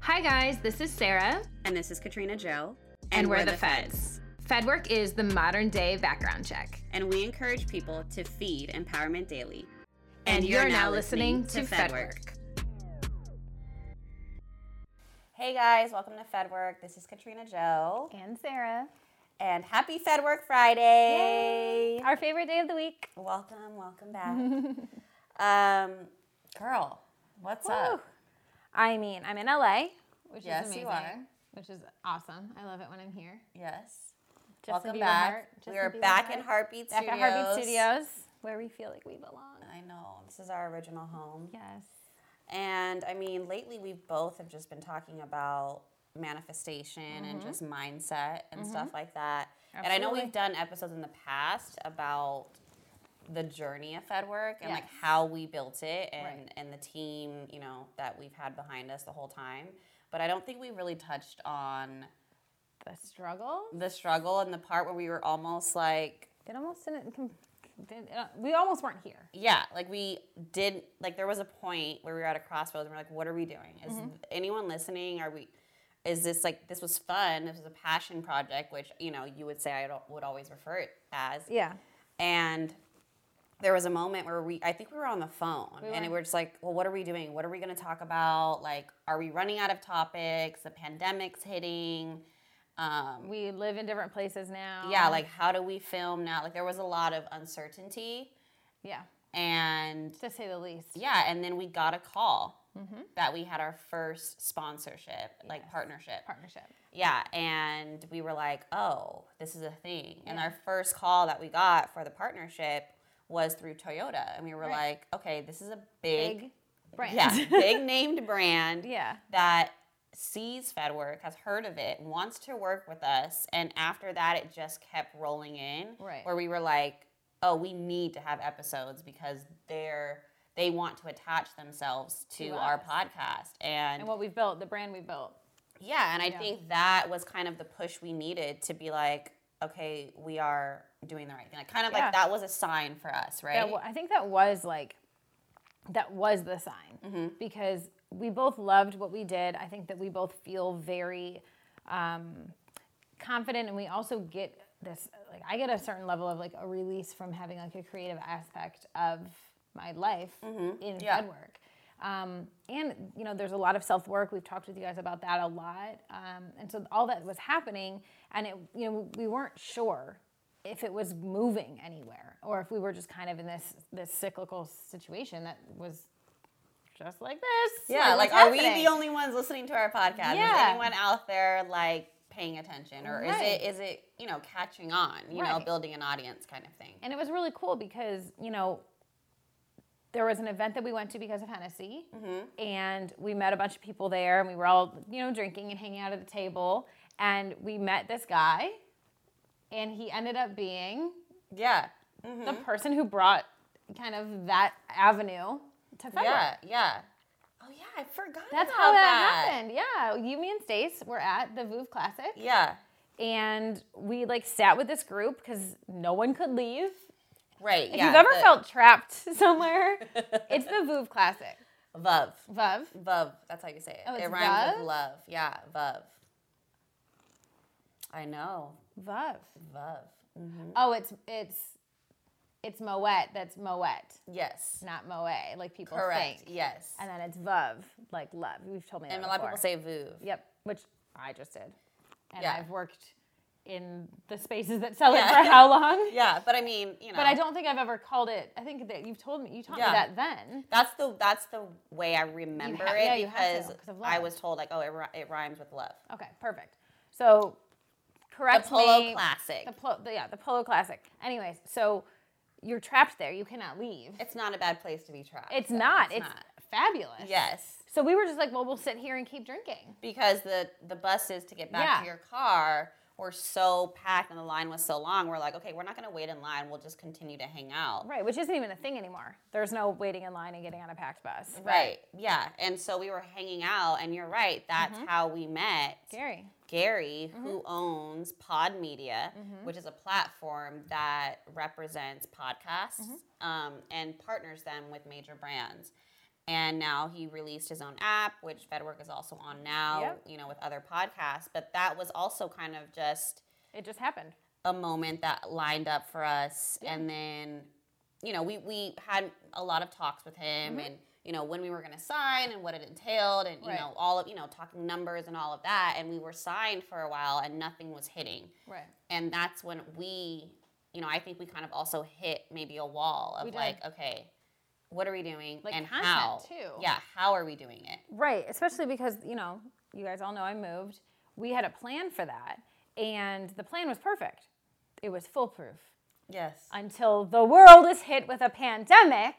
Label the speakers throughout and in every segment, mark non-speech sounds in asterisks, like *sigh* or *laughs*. Speaker 1: Hi, guys, this is Sarah,
Speaker 2: And this is Katrina Joe.
Speaker 1: and, we're, the, Feds. FedWork is the modern day background check.
Speaker 2: And we encourage people to feed Empowerment Daily.
Speaker 1: And, you're, now listening, to FedWork.
Speaker 2: Hey guys, welcome to FedWork. This is Katrina Joe.
Speaker 3: And Sarah.
Speaker 2: And happy FedWork Friday.
Speaker 3: Our favorite day of the week.
Speaker 2: Welcome, welcome
Speaker 3: *laughs*
Speaker 2: back. um, girl, what's
Speaker 3: Woo.
Speaker 2: up?
Speaker 3: Oh. I mean, I'm in LA, which
Speaker 2: Yes,
Speaker 3: is
Speaker 2: you
Speaker 3: amazing.
Speaker 2: are.
Speaker 3: Which is awesome. I love it when I'm here.
Speaker 2: Yes.
Speaker 3: Just
Speaker 2: welcome
Speaker 3: in Beaver Heart,
Speaker 2: back.
Speaker 3: just
Speaker 2: We
Speaker 3: in
Speaker 2: are
Speaker 3: Beaver
Speaker 2: back
Speaker 3: Heart.
Speaker 2: in Heartbeat
Speaker 3: Back
Speaker 2: Studios.
Speaker 3: at Heartbeat Studios, where we feel like we belong.
Speaker 2: I know. This is our original home.
Speaker 3: Yes.
Speaker 2: And I mean, lately we both have just been talking about manifestation and
Speaker 3: Mm-hmm.
Speaker 2: just mindset and stuff like that. And I know we've done episodes in the past about the journey of Fed work and like
Speaker 3: Yes.
Speaker 2: how we built it and,
Speaker 3: Right.
Speaker 2: and the team, you know, that we've had behind us the whole time. But I don't think we really touched on
Speaker 3: The struggle.
Speaker 2: the struggle and the part where we were almost like
Speaker 3: It almost didn't. Com- did, uh, we almost weren't here.
Speaker 2: Yeah, like we did. Like there was a point where we were at a crossroads, and we're like, "What are we doing? Is anyone listening? Are we? Is this like this was fun? This was a passion project, which you know you would say I don't, would always refer it as.
Speaker 3: Yeah.
Speaker 2: And there was a moment where we, I think we were on the phone, and
Speaker 3: were.
Speaker 2: we were just like, "Well, what are we doing? What are we going to talk about? Like, are we running out of topics? The pandemic's hitting. Um,
Speaker 3: We live in different places now.
Speaker 2: yeah, like how do we film now? Like there was a lot of uncertainty,
Speaker 3: Yeah.
Speaker 2: and
Speaker 3: To say the least.
Speaker 2: yeah, and then we got a call
Speaker 3: Mm-hmm.
Speaker 2: that we had our first sponsorship, like partnership.
Speaker 3: Partnership.
Speaker 2: yeah, and we were like, oh, this is a thing. And our first call that we got for the partnership was through Toyota, and we were
Speaker 3: Right.
Speaker 2: like, okay, this is a big,
Speaker 3: Big brand. *laughs*
Speaker 2: yeah, big named brand
Speaker 3: yeah.
Speaker 2: that sees FedWork, has heard of it, wants to work with us. And after that, it just kept rolling in.
Speaker 3: Right.
Speaker 2: Where we were like, oh, we need to have episodes because they're they want to attach themselves to,
Speaker 3: To
Speaker 2: our
Speaker 3: us.
Speaker 2: podcast. And
Speaker 3: And what we've built, the brand we built.
Speaker 2: yeah, and I
Speaker 3: Yeah.
Speaker 2: think that was kind of the push we needed to be like, okay, we are doing the right thing. Like kind of
Speaker 3: Yeah.
Speaker 2: like that was a sign for us, right?
Speaker 3: That wa- I think that was like, that was the sign because we both loved what we did. I think that we both feel very um, confident, and we also get this like I get a certain level of like a release from having like a creative aspect of my life in
Speaker 2: Mm-hmm. Yeah.
Speaker 3: bed work. Um, and you know, there's a lot of self work. We've talked with you guys about that a lot, um, and so all that was happening, and it, you know, we weren't sure if it was moving anywhere or if we were just kind of in this this cyclical situation that was just like this.
Speaker 2: yeah, like,
Speaker 3: what's
Speaker 2: are we
Speaker 3: happening?
Speaker 2: the only ones listening to our podcast?
Speaker 3: Yeah.
Speaker 2: Is anyone out there like paying attention, or
Speaker 3: Right.
Speaker 2: is it is it you know catching on? You know,
Speaker 3: Right.
Speaker 2: building an audience kind of thing.
Speaker 3: And it was really cool because, you know, there was an event that we went to because of Hennessy,
Speaker 2: Mm-hmm.
Speaker 3: and we met a bunch of people there, and we were all, you know, drinking and hanging out at the table, and we met this guy, and he ended up being
Speaker 2: Yeah,
Speaker 3: the
Speaker 2: Mm-hmm.
Speaker 3: person who brought kind of that avenue to Fenway.
Speaker 2: yeah, yeah. Oh yeah, I forgot.
Speaker 3: That's
Speaker 2: about
Speaker 3: how that, happened. Yeah, you, me, and Stace were at the Vouv Classic,
Speaker 2: Yeah,
Speaker 3: and we like sat with this group because no one could leave.
Speaker 2: right.
Speaker 3: If
Speaker 2: yeah,
Speaker 3: you've ever
Speaker 2: the-
Speaker 3: felt trapped *laughs* somewhere, it's the Vouv Classic.
Speaker 2: Vuv,
Speaker 3: Vuv.
Speaker 2: Vuv. That's how you say it.
Speaker 3: Oh,
Speaker 2: it
Speaker 3: it's
Speaker 2: rhymes with
Speaker 3: Vuv?
Speaker 2: love. Yeah, Vuv. I know,
Speaker 3: Vuv.
Speaker 2: Vuv.
Speaker 3: Oh, it's it's it's Moet. That's Moet,
Speaker 2: Yes,
Speaker 3: not Moe, like people
Speaker 2: correct.
Speaker 3: think.
Speaker 2: Yes,
Speaker 3: And then it's Vuv, like love. You've told me that
Speaker 2: and a lot of people
Speaker 3: before.
Speaker 2: say Vuv.
Speaker 3: Yep, which I just did, and
Speaker 2: Yeah.
Speaker 3: I've worked in the spaces that sell
Speaker 2: Yeah.
Speaker 3: it for
Speaker 2: *laughs*
Speaker 3: how long?
Speaker 2: Yeah, but I mean, you know.
Speaker 3: But I don't think I've ever called it. I think that you've told me you taught
Speaker 2: Yeah.
Speaker 3: me that then.
Speaker 2: That's the that's the way I remember
Speaker 3: ha-
Speaker 2: it
Speaker 3: yeah, you have to,
Speaker 2: because
Speaker 3: 'cause of
Speaker 2: I
Speaker 3: love.
Speaker 2: was told like, oh, it, ri- it rhymes with love.
Speaker 3: Okay, perfect. So correct
Speaker 2: The Polo
Speaker 3: me.
Speaker 2: Classic.
Speaker 3: The, polo, the yeah, the Polo Classic. Anyways, so you're trapped there. You cannot leave.
Speaker 2: it's not a bad place to be trapped.
Speaker 3: It's
Speaker 2: though.
Speaker 3: not. It's, fabulous.
Speaker 2: yes
Speaker 3: So we were just like, well, we'll sit here and keep drinking.
Speaker 2: because the the buses to get back to
Speaker 3: Yeah.
Speaker 2: your car were so packed and the line was so long. We're like, okay, we're not gonna wait in line. We'll just continue to hang out.
Speaker 3: Right, which isn't even a thing anymore. There's no waiting in line and getting on a packed bus. But
Speaker 2: Right. Yeah. And so we were hanging out, and you're right. That's
Speaker 3: Mm-hmm.
Speaker 2: how we met.
Speaker 3: Gary.
Speaker 2: Gary, who owns Pod Media, which is a platform that represents podcasts um, and partners them with major brands. And now he released his own app, which FedWork is also on now,
Speaker 3: Yep.
Speaker 2: you know, with other podcasts. But that was also kind of just
Speaker 3: It just happened.
Speaker 2: a moment that lined up for us and then you know we we had a lot of talks with him and you know when we were going to sign and what it entailed and you
Speaker 3: Mm-hmm. Right.
Speaker 2: know all of you know talking numbers and all of that and we were signed for a while and nothing was hitting
Speaker 3: Right.
Speaker 2: and that's when we you know i think we kind of also hit maybe a wall
Speaker 3: We
Speaker 2: of
Speaker 3: did.
Speaker 2: like okay what are we doing
Speaker 3: Like
Speaker 2: and
Speaker 3: content,
Speaker 2: how
Speaker 3: too.
Speaker 2: yeah how are we doing it
Speaker 3: Right, especially because, you know, you guys all know I moved. We had a plan for that, and the plan was perfect. It was foolproof
Speaker 2: yes
Speaker 3: until the world is hit with a pandemic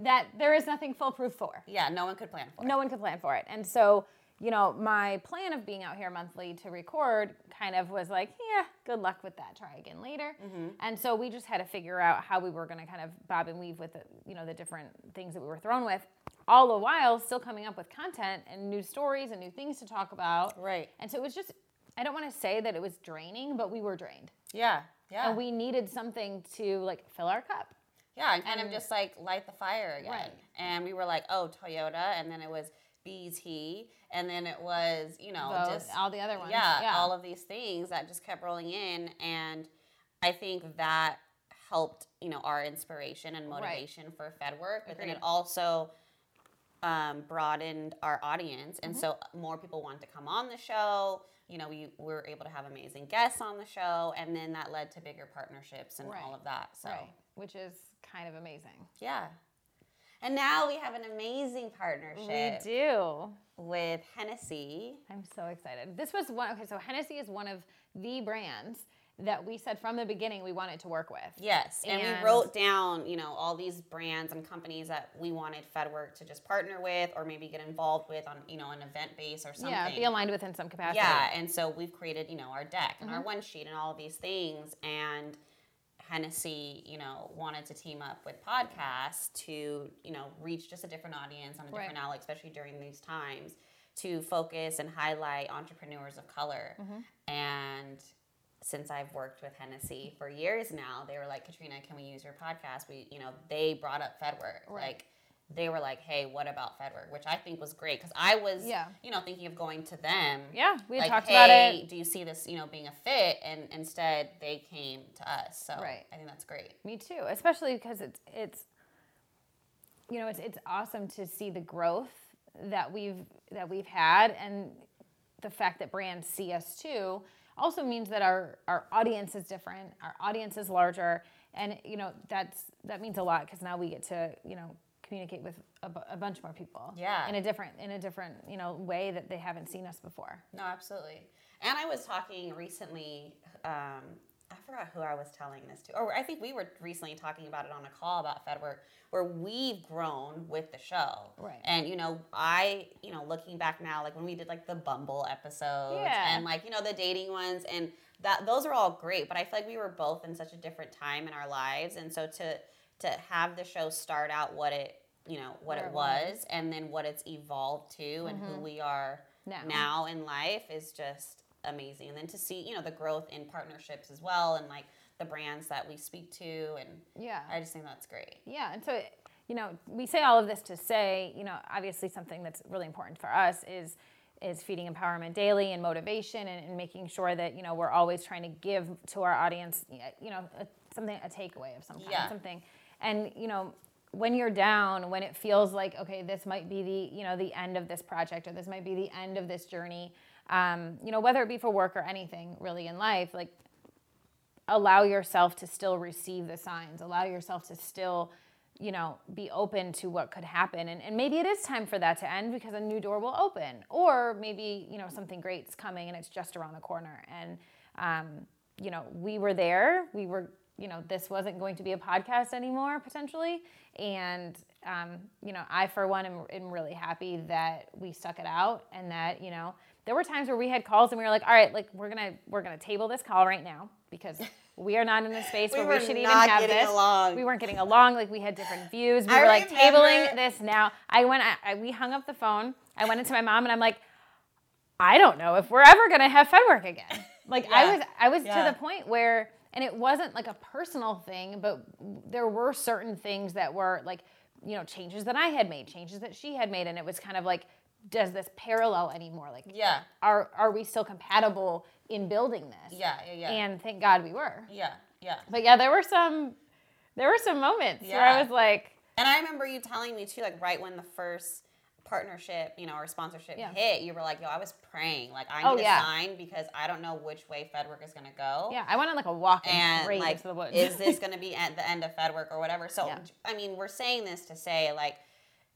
Speaker 3: that there is nothing foolproof for.
Speaker 2: yeah no one could plan for it
Speaker 3: No one could plan for it. And so, you know, my plan of being out here monthly to record kind of was like, yeah, good luck with that. Try again later.
Speaker 2: Mm-hmm.
Speaker 3: And so we just had to figure out how we were going to kind of bob and weave with the, you know, the different things that we were thrown with. All the while, still coming up with content and new stories and new things to talk about.
Speaker 2: Right.
Speaker 3: And so it was just, I don't want to say that it was draining, but we were drained.
Speaker 2: yeah yeah
Speaker 3: And we needed something to like fill our cup.
Speaker 2: Yeah, and kind of just like light the fire again.
Speaker 3: Right.
Speaker 2: And we were like, oh, Toyota, and then it was BT, and then it was, you know,
Speaker 3: Vogue,
Speaker 2: just
Speaker 3: all the other ones,
Speaker 2: Yeah,
Speaker 3: yeah.
Speaker 2: all of these things that just kept rolling in, and I think that helped, you know, our inspiration and motivation for Fed work, but then it
Speaker 3: Agreed.
Speaker 2: also um, broadened our audience,
Speaker 3: Mm-hmm.
Speaker 2: and so more people wanted to come on the show. You know, we, we were able to have amazing guests on the show, and then that led to bigger partnerships and all
Speaker 3: Right.
Speaker 2: of that. So.
Speaker 3: Which is kind of amazing.
Speaker 2: Yeah. And now we have an amazing partnership
Speaker 3: We do.
Speaker 2: with Hennessy.
Speaker 3: I'm so excited. This was one. Okay, so Hennessy is one of the brands that we said from the beginning we wanted to work with.
Speaker 2: Yes, and,
Speaker 3: And-
Speaker 2: we wrote down, you know, all these brands and companies that we wanted FedWork to just partner with or maybe get involved with on, you know, an event base or something.
Speaker 3: Yeah, be aligned with in some capacity.
Speaker 2: Yeah, and so we've created, you know, our deck and our
Speaker 3: Mm-hmm.
Speaker 2: one sheet and all of these things. And Hennessy, you know, wanted to team up with podcasts to, you know, reach just a different audience on a different
Speaker 3: Right.
Speaker 2: outlet, especially during these times, to focus and highlight entrepreneurs of color.
Speaker 3: Mm-hmm.
Speaker 2: And since I've worked with Hennessy for years now, they were like, Katrina, can we use your podcast? We, you know, they brought up FedWork. Like, they were like, hey, what about FedWork? Which I think was great because I was,
Speaker 3: Yeah.
Speaker 2: you know, thinking of going to them
Speaker 3: Yeah, we had
Speaker 2: like,
Speaker 3: talked
Speaker 2: hey,
Speaker 3: about it.
Speaker 2: Do you see this, you know, being a fit? And instead, they came to us. So
Speaker 3: Right.
Speaker 2: I think that's great.
Speaker 3: Me too, especially because it's it's you know, it's it's awesome to see the growth that we've that we've had and the fact that brands see us too also means that our our audience is different, our audience is larger and you know, that's that means a lot cuz now we get to, you know, communicate with a, bu- a bunch more people
Speaker 2: Yeah.
Speaker 3: in a different in a different, you know, way that they haven't seen us before.
Speaker 2: No, absolutely. And I was talking recently. Um, I forgot who I was telling this to, or I think we were recently talking about it on a call about FedWork, where we've grown with the show.
Speaker 3: Right.
Speaker 2: And you know, I, you know, looking back now, like when we did like the Bumble episodes
Speaker 3: Yeah.
Speaker 2: and like you know the dating ones, and that those are all great. But I feel like we were both in such a different time in our lives, and so to to have the show start out what it you know what
Speaker 3: Where
Speaker 2: it
Speaker 3: it
Speaker 2: was,
Speaker 3: was. Mm-hmm.
Speaker 2: and then what it's evolved to, and who we are
Speaker 3: Now.
Speaker 2: now in life is just amazing. And then to see, you know, the growth in partnerships as well and like the brands that we speak to and
Speaker 3: Yeah.
Speaker 2: I just think that's great.
Speaker 3: Yeah, and so you know, we say all of this to say, you know, obviously something that's really important for us is is feeding empowerment daily and motivation and, and making sure that you know we're always trying to give to our audience, you know, a, something a takeaway of some kind,
Speaker 2: Yeah.
Speaker 3: something. And you know, when you're down, when it feels like okay, this might be the you know the end of this project or this might be the end of this journey, um, you know, whether it be for work or anything really in life, like allow yourself to still receive the signs allow yourself to still you know be open to what could happen and, and maybe it is time for that to end because a new door will open or maybe you know something great's coming and it's just around the corner and um, you know we were there we were you know this wasn't going to be a podcast anymore potentially and um, you know i for one am, am really happy that we stuck it out and that you know there were times where we had calls and we were like all right like we're gonna we're gonna table this call right now because we are not in the space
Speaker 2: *laughs* We
Speaker 3: where
Speaker 2: were
Speaker 3: we should even
Speaker 2: not
Speaker 3: have
Speaker 2: getting
Speaker 3: this
Speaker 2: along.
Speaker 3: we weren't getting along like we had different views we
Speaker 2: I
Speaker 3: were like
Speaker 2: remember-
Speaker 3: tabling this now i went I, I, we hung up the phone i went into my mom and i'm like I don't know if we're ever gonna have FedWork
Speaker 2: *laughs*
Speaker 3: again. Like
Speaker 2: Yeah.
Speaker 3: I was, I was
Speaker 2: Yeah.
Speaker 3: to the point where, and it wasn't like a personal thing, but there were certain things that were like you know, changes that I had made, changes that she had made, and it was kind of like, does this parallel anymore? Like,
Speaker 2: Yeah.
Speaker 3: are are we still compatible in building this?
Speaker 2: Yeah, yeah, yeah.
Speaker 3: And thank God we were.
Speaker 2: yeah, yeah.
Speaker 3: But yeah, there were some, there were some moments where I
Speaker 2: Yeah.
Speaker 3: was like,
Speaker 2: And I remember you telling me too, like right when the first partnership, you know, or sponsorship
Speaker 3: Yeah.
Speaker 2: hit, you were like, "Yo, I was praying, like I need
Speaker 3: Oh,
Speaker 2: a
Speaker 3: yeah.
Speaker 2: sign because I don't know which way FedWork is gonna go."
Speaker 3: yeah, I went on like a walk and,
Speaker 2: And
Speaker 3: straight
Speaker 2: like,
Speaker 3: into the woods.
Speaker 2: is this going to be at the end of FedWork or whatever? So,
Speaker 3: Yeah.
Speaker 2: I mean, we're saying this to say, like,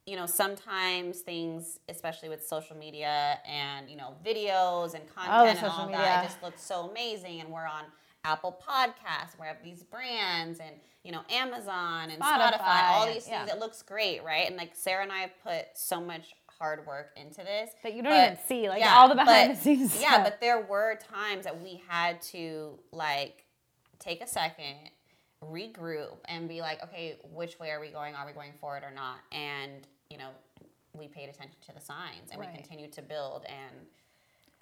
Speaker 2: you know, sometimes things, especially with social media and you know, videos and content and
Speaker 3: Oh, social
Speaker 2: all
Speaker 3: media.
Speaker 2: that, it just looks so amazing. And we're on Apple Podcasts, and we have these brands, and you know, Amazon and Spotify,
Speaker 3: Spotify,
Speaker 2: all these
Speaker 3: yeah.
Speaker 2: things. It looks great, right? And like Sarah and I have put so much hard work into this
Speaker 3: That you don't even see, like, all the behind the scenes
Speaker 2: Yeah,
Speaker 3: stuff.
Speaker 2: but there were times that we had to like take a second, regroup, and be like, okay, which way are we going? Are we going forward or not? And you know, we paid attention to the signs, and
Speaker 3: Right.
Speaker 2: we continued to build, and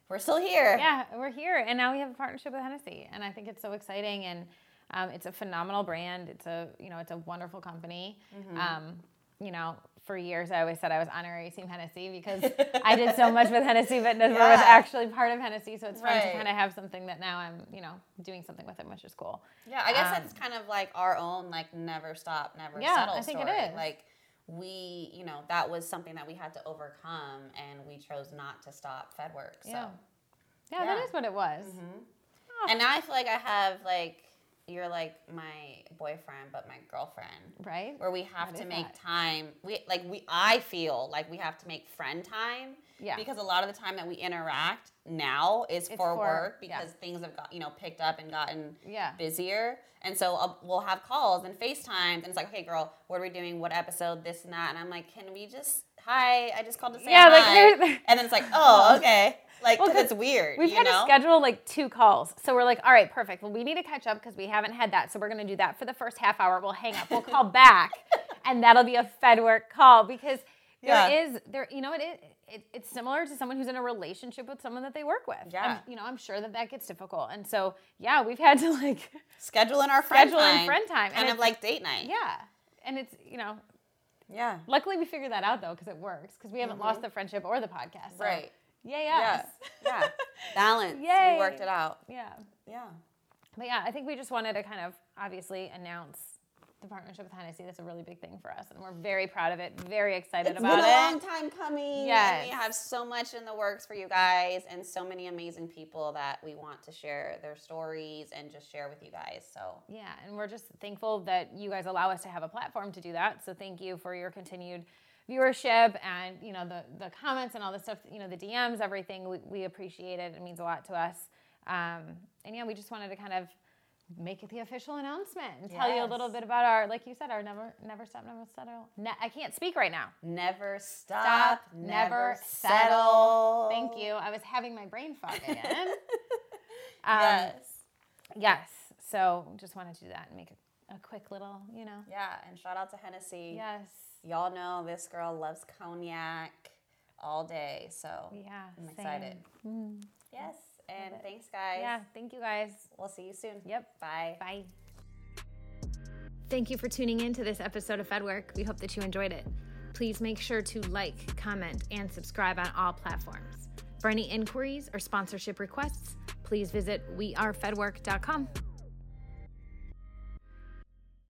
Speaker 2: we're still here.
Speaker 3: *laughs* yeah, we're here, and now we have a partnership with Hennessy, and I think it's so exciting, and um, it's a phenomenal brand. It's a you know, it's a wonderful company.
Speaker 2: Mm-hmm.
Speaker 3: Um, you know, for years I always said I was honorary Team Hennessy
Speaker 2: *laughs*
Speaker 3: because I did so much with Hennessy, but never was
Speaker 2: Yeah.
Speaker 3: actually part of Hennessy. So it's fun to
Speaker 2: Right.
Speaker 3: kind of have something that now I'm you know doing something with it, which is cool.
Speaker 2: Yeah, I guess
Speaker 3: Um,
Speaker 2: that's kind of like our own like never stop, never
Speaker 3: Yeah,
Speaker 2: settle
Speaker 3: I think it
Speaker 2: story.
Speaker 3: is.
Speaker 2: Like we, you know, that was something that we had to overcome, and we chose not to stop FedWork. So,
Speaker 3: Yeah. Ah. Yeah, Mm-hmm. that
Speaker 2: Yeah.
Speaker 3: is what it was.
Speaker 2: and now I feel like I have like you're like my boyfriend, but my girlfriend.
Speaker 3: Right?
Speaker 2: where we have
Speaker 3: What
Speaker 2: to
Speaker 3: is
Speaker 2: make
Speaker 3: that?
Speaker 2: time. We like we I feel like we have to make friend time.
Speaker 3: Yeah.
Speaker 2: Because a lot of the time that we interact now is for,
Speaker 3: for-
Speaker 2: work
Speaker 3: yeah.
Speaker 2: because things have got you know picked up and gotten
Speaker 3: Yeah.
Speaker 2: busier, and so uh, we'll have calls and Facetimes, and it's like, okay, girl, what are we doing? What episode? This and that, and I'm like, can we just hi? I just called to say
Speaker 3: Yeah, like,
Speaker 2: hi,
Speaker 3: there's-
Speaker 2: and then it's like,
Speaker 3: *laughs*
Speaker 2: oh, okay, like
Speaker 3: Well,
Speaker 2: 'cause
Speaker 3: 'cause
Speaker 2: it's weird.
Speaker 3: We've
Speaker 2: you
Speaker 3: had
Speaker 2: know?
Speaker 3: to schedule like two calls. So we're like, all right, perfect. Well, we need to catch up because we haven't had that. So we're going to do that for the first half hour. We'll hang up. We'll call *laughs* back, and that'll be a FedWork call because
Speaker 2: Yeah.
Speaker 3: there is there. You know, it is. It, it's similar to someone who's in a relationship with someone that they work with. I'm-
Speaker 2: Yeah.
Speaker 3: you know, I'm sure that that gets difficult. And so, yeah, we've had to like, *laughs*
Speaker 2: schedule in our friend
Speaker 3: Schedule in
Speaker 2: time,
Speaker 3: friend time, and
Speaker 2: kind of
Speaker 3: it's-
Speaker 2: like date night.
Speaker 3: yeah. And it's you know,
Speaker 2: yeah,
Speaker 3: luckily we figured that out though because it works because we haven't lost the friendship or the podcast. So,
Speaker 2: right.
Speaker 3: Yeah.
Speaker 2: Yeah,
Speaker 3: Yes.
Speaker 2: yeah. *laughs* Balance.
Speaker 3: Yay.
Speaker 2: We worked it out.
Speaker 3: *laughs* yeah.
Speaker 2: Yeah.
Speaker 3: But yeah, I think we just wanted to kind of obviously announce the partnership with Hennessy. That's a really big thing for us, and we're very proud of it. Very excited
Speaker 2: It's
Speaker 3: about
Speaker 2: been a
Speaker 3: it.
Speaker 2: long time coming. Yeah.
Speaker 3: Yes.
Speaker 2: We have so much in the works for you guys and so many amazing people that we want to share their stories and just share with you guys. So
Speaker 3: Yeah, and we're just thankful that you guys allow us to have a platform to do that. So thank you for your continued viewership and you know the the comments and all the stuff. You know the DMs, everything. We, we appreciate it. It means a lot to us. Um, and yeah, we just wanted to kind of make it the official announcement and tell you a little
Speaker 2: Yes.
Speaker 3: bit about our, like you said, our never never stop, never settle. Ne- I can't speak right now.
Speaker 2: never stop,
Speaker 3: Stop, never
Speaker 2: never
Speaker 3: settle.
Speaker 2: settle.
Speaker 3: Thank you. I was having my brain
Speaker 2: *laughs*
Speaker 3: fog again. um,
Speaker 2: Yes.
Speaker 3: Yes. So just wanted to do that and make a, a quick little, you know.
Speaker 2: Yeah. And shout out to Hennessy.
Speaker 3: Yes.
Speaker 2: Y'all know this girl loves cognac all day. So
Speaker 3: Yeah.
Speaker 2: I'm
Speaker 3: same.
Speaker 2: excited. Yes. And thanks, guys.
Speaker 3: Mm. Yeah. Thank you guys.
Speaker 2: We'll see you soon.
Speaker 3: Yep.
Speaker 2: Bye.
Speaker 3: Bye. Thank you for tuning in to this episode of FedWork. We hope that you enjoyed it. Please make sure to like, comment, and subscribe on all platforms. For any inquiries or sponsorship requests, please visit wearefedwork.com.